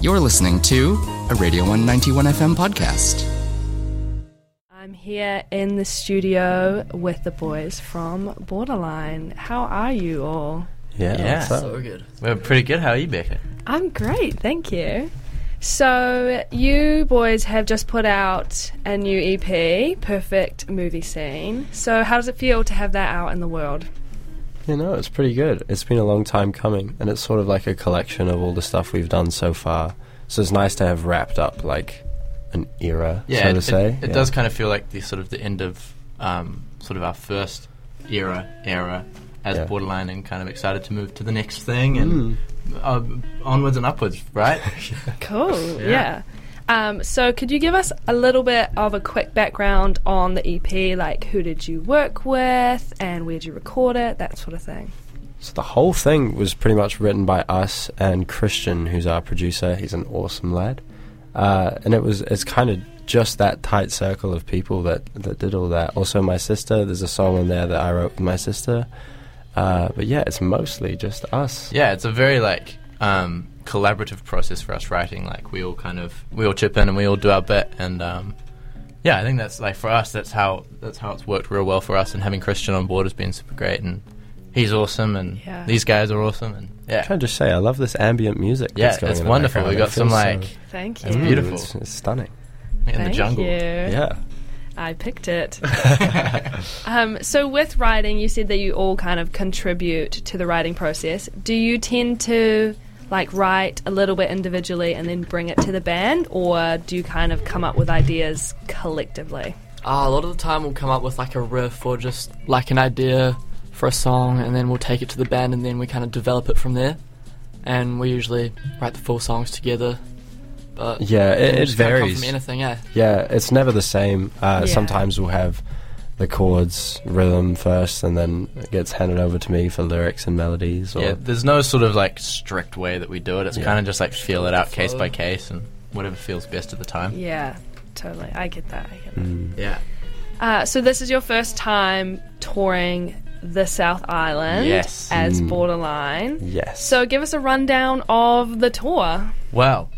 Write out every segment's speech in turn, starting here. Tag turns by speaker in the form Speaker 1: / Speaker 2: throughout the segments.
Speaker 1: You're listening to a Radio 191 FM podcast.
Speaker 2: I'm here in the studio with the boys from Borderline. How are you all?
Speaker 3: Yeah.
Speaker 4: Yeah.
Speaker 3: what's up?
Speaker 5: So good.
Speaker 4: We're pretty good. How are you, Becca?
Speaker 2: I'm great, thank you. So, you boys have just put out a new EP, Perfect Movie Scene. So, how does it feel to have that out in the world?
Speaker 3: You know, it's pretty good. It's been a long time coming, and it's sort of like a collection of all the stuff we've done so far. So it's nice to have wrapped up like an era, so
Speaker 4: it,
Speaker 3: to
Speaker 4: it-
Speaker 3: say.
Speaker 4: it
Speaker 3: Yeah.
Speaker 4: does kind of feel like the sort of the end of um, sort of our first era era as
Speaker 3: Yeah.
Speaker 4: borderline, and kind of excited to move to the next thing and
Speaker 3: Mm.
Speaker 4: uh, onwards and upwards, right?
Speaker 2: Cool, yeah.
Speaker 4: Yeah.
Speaker 2: Um, so, could you give us a little bit of a quick background on the EP? Like, who did you work with and where did you record it? That sort of thing.
Speaker 3: So the whole thing was pretty much written by us and Christian, who's our producer. He's an awesome lad, uh, and it was it's kind of just that tight circle of people that that did all that. Also, my sister. There's a song in there that I wrote with my sister. Uh, but yeah, it's mostly just us.
Speaker 4: yeah, it's a very like um, collaborative process for us writing. Like we all kind of we all chip in and we all do our bit, and um, yeah, I think that's like for us that's how that's how it's worked real well for us. And having Christian on board has been super great, and he's awesome, and
Speaker 2: Yeah.
Speaker 4: these guys are awesome, and yeah.
Speaker 3: Can I just say I love this ambient music?
Speaker 4: Yeah,
Speaker 3: that's going
Speaker 4: it's
Speaker 3: in the
Speaker 4: wonderful. We got some
Speaker 3: background. It
Speaker 4: like
Speaker 3: feels
Speaker 2: Thank you.
Speaker 4: That's
Speaker 3: so-
Speaker 4: beautiful.
Speaker 3: It's, it's stunning.
Speaker 4: in the
Speaker 2: Thank
Speaker 4: jungle.
Speaker 2: you.
Speaker 3: Yeah,
Speaker 2: I picked it. um, so, with writing, you said that you all kind of contribute to the writing process. Do you tend to like write a little bit individually and then bring it to the band, or do you kind of come up with ideas collectively?
Speaker 5: Uh, a lot of the time, we'll come up with like a riff or just like an idea for a song, and then we'll take it to the band, and then we kind of develop it from there. And we usually write the full songs together. But
Speaker 3: yeah. It,
Speaker 5: can
Speaker 3: it
Speaker 5: just kinda come
Speaker 3: varies.
Speaker 5: from anything, yeah.
Speaker 3: Yeah, it's never the same. Uh,
Speaker 2: Yeah.
Speaker 3: Sometimes we'll have the chords, rhythm first, and then it gets handed over to me for lyrics and melodies. Or
Speaker 4: Yeah, there's no sort of like strict way that we do it. It's
Speaker 3: Yeah.
Speaker 4: kind of just like feel it out case
Speaker 5: flow.
Speaker 4: by case and whatever feels best at the time.
Speaker 2: Yeah, totally. I get that. I get
Speaker 4: Mm.
Speaker 2: that.
Speaker 4: Yeah.
Speaker 2: Uh, so, this is your first time touring the South Island
Speaker 4: Yes. Mm.
Speaker 2: as Borderline.
Speaker 3: Yes.
Speaker 2: So, give us a rundown of the tour.
Speaker 4: Well,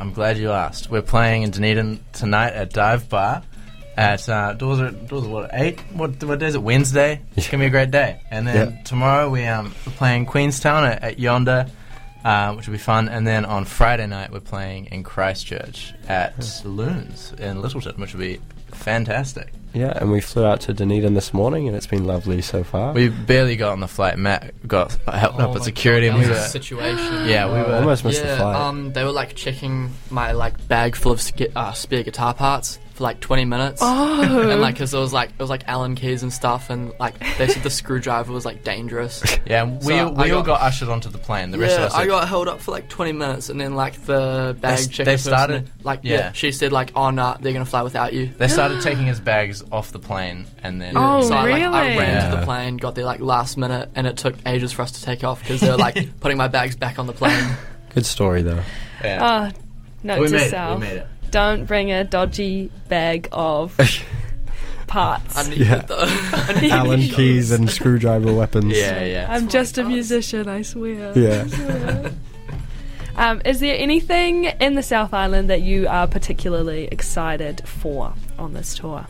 Speaker 4: I'm glad you asked. We're playing in Dunedin tonight at Dive Bar. At uh, doors are doors are what eight? What what day is it? Wednesday. It's gonna be a great day. And then
Speaker 3: Yeah.
Speaker 4: tomorrow we um we're playing Queenstown at, at Yonder, uh, which will be fun. And then on Friday night we're playing in Christchurch at Saloons in Littleton, which will be fantastic.
Speaker 3: yeah, and we flew out to Dunedin this morning, and it's been lovely so far.
Speaker 4: We barely got on the flight. Matt got helped
Speaker 5: Oh
Speaker 4: up
Speaker 5: my
Speaker 4: at security,
Speaker 5: God,
Speaker 4: and we
Speaker 5: that
Speaker 4: were
Speaker 5: was a situation.
Speaker 4: yeah,
Speaker 3: Oh.
Speaker 4: we were
Speaker 3: almost missed the
Speaker 5: Yeah,
Speaker 3: flight.
Speaker 5: um, they were like checking my like bag full of sk- uh, spare guitar parts for like 20 minutes.
Speaker 2: Oh.
Speaker 5: And like, cause it was like it was like Allen keys and stuff, and like they said the screwdriver was like dangerous.
Speaker 4: yeah. and We,
Speaker 5: So
Speaker 4: we
Speaker 5: I
Speaker 4: all got
Speaker 5: got-
Speaker 4: ushered onto the plane. The rest of
Speaker 5: yeah,
Speaker 4: us.
Speaker 5: I
Speaker 4: did.
Speaker 5: got held up for like 20 minutes, and then like the bag
Speaker 4: s-
Speaker 5: checker
Speaker 4: they
Speaker 5: person,
Speaker 4: started-
Speaker 5: like yeah.
Speaker 4: yeah.
Speaker 5: she said like, oh no, they're gonna fly without you.
Speaker 4: they started taking his bags off the plane, and then
Speaker 2: Oh,
Speaker 5: so I, like, I
Speaker 2: really?
Speaker 5: ran to
Speaker 3: Yeah.
Speaker 5: the plane, got there like last minute, and it took ages for us to take off because they were like putting my bags back on the plane.
Speaker 3: Good story though.
Speaker 4: yeah.
Speaker 2: Oh, note
Speaker 4: we
Speaker 2: to
Speaker 4: made it.
Speaker 2: self.
Speaker 4: We made it.
Speaker 2: Don't bring a dodgy bag of parts.
Speaker 5: I
Speaker 2: I'm,
Speaker 5: needed
Speaker 3: Yeah.
Speaker 5: the I needed
Speaker 3: Allen
Speaker 5: those.
Speaker 3: keys and screwdriver weapons.
Speaker 4: Yeah, yeah.
Speaker 2: just a musician, I swear.
Speaker 3: Yeah.
Speaker 2: Um, is there anything in the South Island that you are particularly excited for on this tour?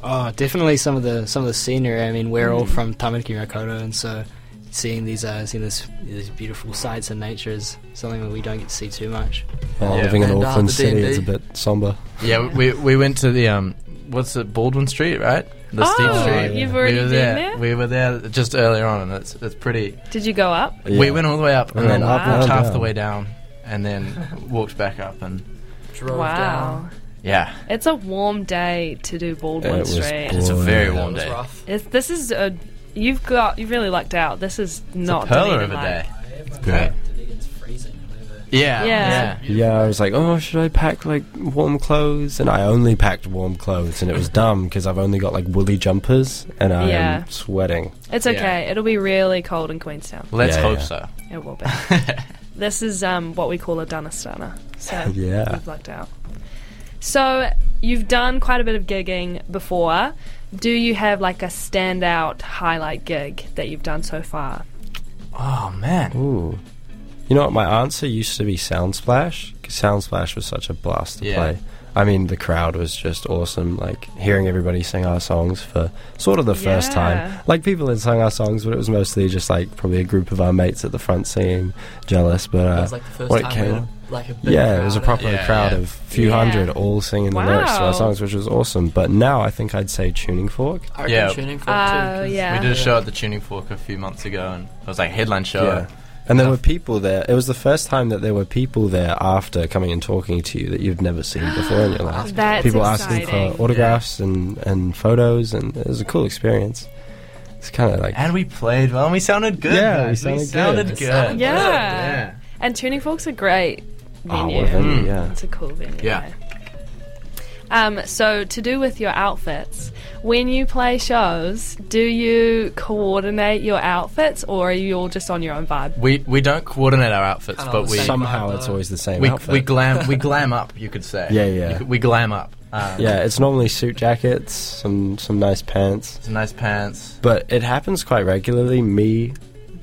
Speaker 6: Oh, definitely some of the some of the scenery. I mean, we're all from Tamariki Makoto, and so seeing these uh, seeing this, these beautiful sights in nature is something that we don't get to see too much.
Speaker 3: Oh,
Speaker 4: Yeah.
Speaker 3: Living in
Speaker 5: And, uh,
Speaker 3: Auckland
Speaker 5: the
Speaker 3: City,
Speaker 5: D&D.
Speaker 3: it's a bit somber.
Speaker 4: Yeah, we we went to the um, what's it, Baldwin Street, right? The steep
Speaker 2: Oh,
Speaker 4: street.
Speaker 2: you've already
Speaker 4: we were
Speaker 2: been
Speaker 4: there.
Speaker 2: there?
Speaker 4: We were there just earlier on, and it's it's pretty.
Speaker 2: Did you go up?
Speaker 3: Yeah.
Speaker 4: We went all the way up,
Speaker 3: We
Speaker 4: and
Speaker 3: went
Speaker 4: then
Speaker 2: up,
Speaker 4: walked
Speaker 3: down,
Speaker 4: half
Speaker 3: down.
Speaker 4: the way down, and then walked back up, and
Speaker 5: Drove
Speaker 2: wow.
Speaker 5: down.
Speaker 4: yeah,
Speaker 2: It's a warm day to do Baldwin
Speaker 3: It was
Speaker 2: Street.
Speaker 3: cool.
Speaker 4: it's a
Speaker 3: Boy.
Speaker 4: very
Speaker 5: That
Speaker 4: warm
Speaker 5: was
Speaker 4: day.
Speaker 5: rough.
Speaker 2: It's, this is a. You've got. You really lucked out. This is not.
Speaker 4: It's a pearler
Speaker 2: Dunedin
Speaker 4: of a
Speaker 2: like.
Speaker 4: day.
Speaker 3: Yeah.
Speaker 4: Yeah,
Speaker 2: Yeah.
Speaker 4: yeah.
Speaker 3: Yeah, I was like, oh, should I pack like warm clothes? And I only packed warm clothes, and it was dumb because I've only got like woolly jumpers, and I
Speaker 2: Yeah.
Speaker 3: am sweating.
Speaker 2: It's
Speaker 4: Yeah.
Speaker 2: okay. It'll be really cold in Queenstown.
Speaker 4: Let's
Speaker 3: Yeah,
Speaker 4: hope
Speaker 3: yeah.
Speaker 4: so.
Speaker 2: It will be. this is um, what we call a Dunastana. So
Speaker 3: Yeah.
Speaker 2: we've lucked out. So you've done quite a bit of gigging before. Do you have like a standout highlight gig that you've done so far?
Speaker 4: Oh man.
Speaker 3: Ooh. You know what? My answer used to be Sound Splash because Soundsplash was such a blast to
Speaker 4: Yeah.
Speaker 3: play. I mean, the crowd was just awesome. Like hearing everybody sing our songs for sort of the first
Speaker 2: Yeah.
Speaker 3: time. Like people had sung our songs, but it was mostly just like probably a group of our mates at the front singing "Jealous." But
Speaker 5: That
Speaker 3: uh,
Speaker 5: was like the first
Speaker 3: when it
Speaker 5: time we
Speaker 3: came
Speaker 5: had,
Speaker 3: out-
Speaker 5: like a big
Speaker 3: yeah, it was a
Speaker 5: crowd
Speaker 3: proper
Speaker 4: Yeah,
Speaker 3: crowd
Speaker 4: yeah.
Speaker 3: of few
Speaker 2: Yeah.
Speaker 3: hundred all singing the lyrics to
Speaker 2: Wow.
Speaker 3: our songs, which was awesome. But now I think I'd say Tuning Fork.
Speaker 5: I reckon
Speaker 4: Yeah.
Speaker 5: tuning fork
Speaker 2: Oh,
Speaker 5: too. 'cause-
Speaker 2: yeah.
Speaker 4: We did a show at the Tuning Fork a few months ago, and it was like a headline show.
Speaker 3: Yeah. And there
Speaker 4: Yeah.
Speaker 3: were people there. It was the first time that there were people there after coming and talking to you that you've never seen before in your life.
Speaker 2: That's
Speaker 3: people
Speaker 2: exciting.
Speaker 3: asking for autographs and, and photos, and it was a cool experience. It's kind of like
Speaker 4: And we played well, and we sounded good.
Speaker 3: Yeah, we
Speaker 4: guys.
Speaker 3: sounded good.
Speaker 4: sounded
Speaker 5: It sounded
Speaker 4: good.
Speaker 2: Yeah.
Speaker 4: Yeah.
Speaker 2: And Tuning Fork's a great
Speaker 3: oh,
Speaker 2: venue.
Speaker 3: what a venue,
Speaker 4: Mm.
Speaker 3: yeah.
Speaker 2: It's a cool venue.
Speaker 4: Yeah.
Speaker 2: Um, so to do with your outfits, when you play shows, do you coordinate your outfits or are you all just on your own vibe?
Speaker 4: We we don't coordinate our outfits,
Speaker 5: Kinda
Speaker 4: but
Speaker 5: the
Speaker 4: we
Speaker 5: same.
Speaker 3: Somehow
Speaker 5: vibe,
Speaker 3: it's
Speaker 5: uh,
Speaker 3: always the same
Speaker 4: we,
Speaker 3: outfit.
Speaker 4: we glam we glam up. You could say.
Speaker 3: Yeah, yeah.
Speaker 4: You could- we glam up. Um,
Speaker 3: yeah, it's normally suit jackets, some some nice pants,
Speaker 4: Some nice pants.
Speaker 3: but it happens quite regularly. Me,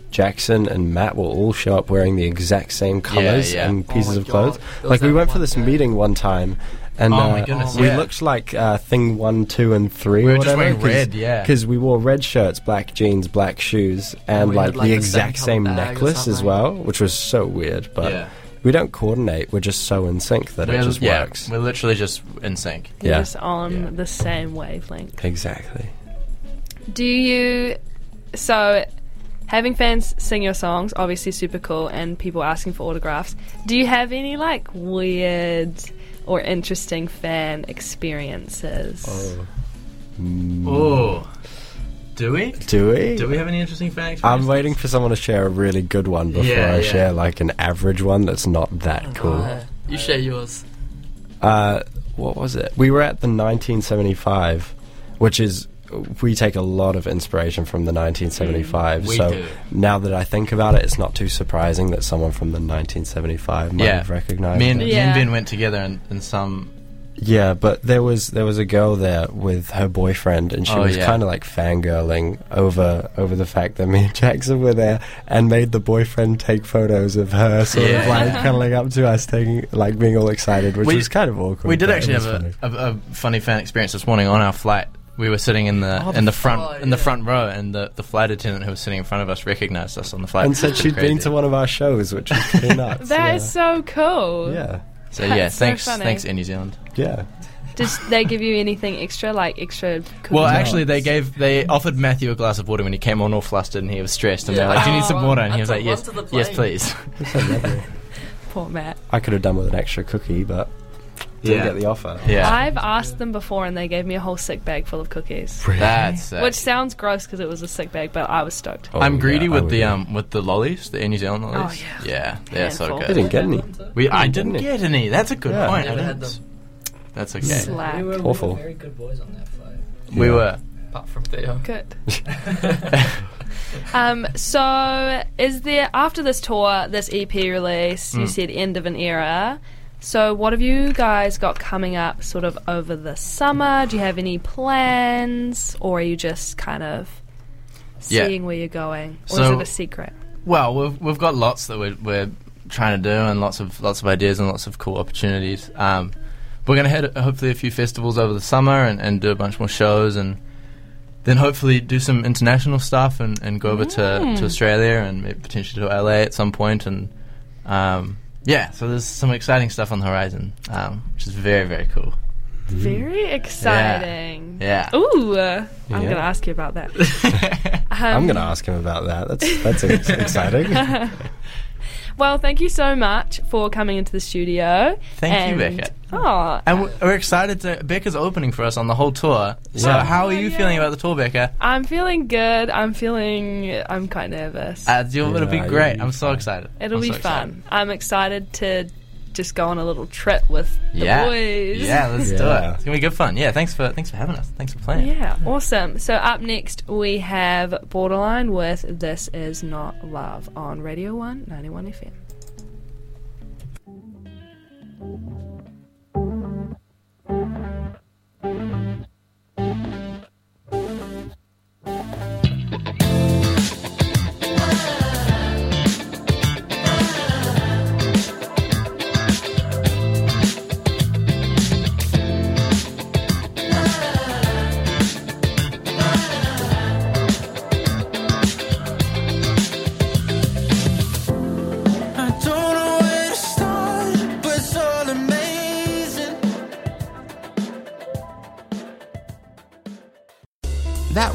Speaker 3: Jackson, and Matt will all show up wearing the exact same colors
Speaker 4: yeah.
Speaker 3: and
Speaker 5: Oh
Speaker 3: pieces
Speaker 5: my
Speaker 3: of clothes.
Speaker 5: God. There was
Speaker 3: Like we
Speaker 5: that
Speaker 3: went for
Speaker 5: one
Speaker 3: this
Speaker 5: day.
Speaker 3: meeting one time, and
Speaker 4: Oh
Speaker 3: uh,
Speaker 4: my goodness,
Speaker 3: we
Speaker 4: yeah.
Speaker 3: looked like uh, thing one, two, and three.
Speaker 4: We
Speaker 3: or
Speaker 4: were just
Speaker 3: whatever,
Speaker 4: wearing red, yeah.
Speaker 3: because we wore red shirts, black jeans, black shoes, and
Speaker 5: we
Speaker 3: like,
Speaker 5: had, like,
Speaker 3: the
Speaker 5: the
Speaker 3: exact same
Speaker 5: same colour bag or
Speaker 3: necklace as
Speaker 5: something.
Speaker 3: well, which was so weird. But
Speaker 4: Yeah.
Speaker 3: we don't coordinate; we're just so in sync that it
Speaker 4: We're-
Speaker 3: just
Speaker 4: yeah,
Speaker 3: works.
Speaker 4: We're literally just in sync.
Speaker 2: You're
Speaker 3: Yeah.
Speaker 2: just on
Speaker 3: Yeah.
Speaker 2: the same wavelength.
Speaker 3: Exactly.
Speaker 2: Do you so having fans sing your songs, obviously super cool and people asking for autographs. Do you have any like weird or interesting fan experiences?
Speaker 3: Mm.
Speaker 4: Oh, do we?
Speaker 3: Do we?
Speaker 4: Do we have any interesting fan experiences?
Speaker 3: I'm waiting for someone to share a really good one before
Speaker 4: Yeah, Oh,
Speaker 3: I
Speaker 4: yeah.
Speaker 3: share like an average one that's not that cool.
Speaker 5: Uh, you share yours.
Speaker 3: uh, what was it? We were at the 1975, which is we take a lot of inspiration from the 1975.
Speaker 4: Mm, we
Speaker 3: so
Speaker 4: do.
Speaker 3: now that I think about it, it's not too surprising that someone from the 1975 might
Speaker 4: Yeah.
Speaker 3: have recognized.
Speaker 4: Me and,
Speaker 3: it.
Speaker 4: me and
Speaker 2: Yeah.
Speaker 4: Ben went together in, in some.
Speaker 3: Yeah, but there was there was a girl there with her boyfriend, and she
Speaker 4: Oh,
Speaker 3: was
Speaker 4: yeah.
Speaker 3: kind of like fangirling over over the fact that me and Jackson were there, and made the boyfriend take photos of her, sort of
Speaker 4: Yeah.
Speaker 3: like cuddling up to us, taking like being all excited, which
Speaker 4: We-
Speaker 3: was kind of awkward.
Speaker 4: We did
Speaker 3: but it
Speaker 4: actually
Speaker 3: was
Speaker 4: have a,
Speaker 3: funny.
Speaker 4: a, a funny fan experience this morning on our flight. We were sitting in the
Speaker 5: Oh,
Speaker 4: in the
Speaker 5: the
Speaker 4: front
Speaker 5: flight,
Speaker 4: in the
Speaker 5: yeah.
Speaker 4: front row, and the, the flight attendant who was sitting in front of us recognized us on the flight
Speaker 3: and said
Speaker 4: Which was
Speaker 3: she'd
Speaker 4: crazy.
Speaker 3: been to one of our shows, which was pretty nuts.
Speaker 2: That
Speaker 3: yeah.
Speaker 2: is so cool.
Speaker 3: yeah,
Speaker 4: So yeah,
Speaker 2: That's so
Speaker 4: thanks,
Speaker 2: funny.
Speaker 4: thanks, Air New Zealand.
Speaker 3: yeah.
Speaker 2: Did they give you anything extra, like extra? Cool
Speaker 4: well,
Speaker 2: stuff?
Speaker 4: actually, they gave they offered Matthew a glass of water when he came on all flustered and he was stressed, and they're
Speaker 5: Yeah.
Speaker 4: like, "Do you need some
Speaker 5: Oh,
Speaker 4: water?" And he
Speaker 5: I
Speaker 4: was like,
Speaker 5: took
Speaker 4: "Yes,
Speaker 5: one to the
Speaker 4: yes,
Speaker 5: plane."
Speaker 4: please."
Speaker 3: It's so lovely.
Speaker 2: poor Matt.
Speaker 3: I could have done with an extra cookie, but didn't
Speaker 4: Yeah.
Speaker 3: get the offer.
Speaker 4: Yeah,
Speaker 2: I've asked them before, and they gave me a whole sick bag full of cookies,
Speaker 4: that's sick.
Speaker 2: which sounds gross because it was a sick bag, but I was stoked.
Speaker 3: Oh,
Speaker 4: I'm
Speaker 3: yeah,
Speaker 4: greedy
Speaker 3: I
Speaker 4: with
Speaker 3: would
Speaker 4: the
Speaker 3: be.
Speaker 4: um with the lollies, the Air New Zealand lollies.
Speaker 5: Oh,
Speaker 2: yeah.
Speaker 4: they're so
Speaker 2: Handful.
Speaker 3: I didn't
Speaker 4: good.
Speaker 3: get any.
Speaker 4: We I
Speaker 3: Didn't
Speaker 4: didn't
Speaker 3: it?
Speaker 4: get any. That's a good
Speaker 3: Yeah.
Speaker 4: point. I
Speaker 5: Never had
Speaker 4: didn't-
Speaker 5: them.
Speaker 4: That's okay.
Speaker 2: Slack.
Speaker 6: We were, we were
Speaker 3: Awful.
Speaker 6: very good boys on that flight.
Speaker 4: We
Speaker 3: Yeah.
Speaker 4: were.
Speaker 5: Apart from Theo.
Speaker 2: Good. um, so, is there after this tour, this EP release?
Speaker 4: Hmm.
Speaker 2: You said end of an era. So, what have you guys got coming up, sort of over the summer? Do you have any plans, or are you just kind of
Speaker 4: Yeah.
Speaker 2: seeing where you're going, or is
Speaker 4: So-
Speaker 2: it a secret?
Speaker 4: Well, we've we've got lots that we're, we're trying to do, and lots of lots of ideas and lots of cool opportunities. Um, we're going to head hopefully a few festivals over the summer and, and do a bunch more shows, and then hopefully do some international stuff and, and go over to, to Australia and maybe potentially to LA at some point. And um, yeah, so there's some exciting stuff on the horizon, um, which is very very cool.
Speaker 2: Very exciting.
Speaker 4: Mhm. Yeah.
Speaker 2: Ooh, uh, I'm
Speaker 3: Yeah.
Speaker 2: going to ask you about that.
Speaker 3: I'm going to ask him about that. That's that's ex- exciting.
Speaker 2: Well, thank you so much for coming into the studio.
Speaker 4: Thank you,
Speaker 2: and-
Speaker 4: Beckett.
Speaker 2: Oh,
Speaker 4: And we- we're excited to. Becca's opening for us on the whole tour. So,
Speaker 3: Yeah.
Speaker 4: how are you
Speaker 2: Oh, yeah.
Speaker 4: feeling about the tour, Becca?
Speaker 2: I'm feeling good. I'm feeling. I'm quite nervous.
Speaker 4: Uh, it'll, it'll be
Speaker 3: Yeah,
Speaker 4: great.
Speaker 3: you'll be
Speaker 4: I'm so
Speaker 3: fine.
Speaker 4: excited.
Speaker 2: It'll
Speaker 4: I'm
Speaker 2: be
Speaker 4: so excited.
Speaker 2: fun. I'm excited to just go on a little trip with the
Speaker 4: yeah.
Speaker 2: boys.
Speaker 4: Yeah, let's do
Speaker 3: Yeah.
Speaker 4: it. It's gonna be good fun. Yeah, thanks for thanks for having us. Thanks for playing.
Speaker 2: Yeah, awesome. So up next we have Borderline with This Is Not Love on Radio 1 91 FM.
Speaker 1: That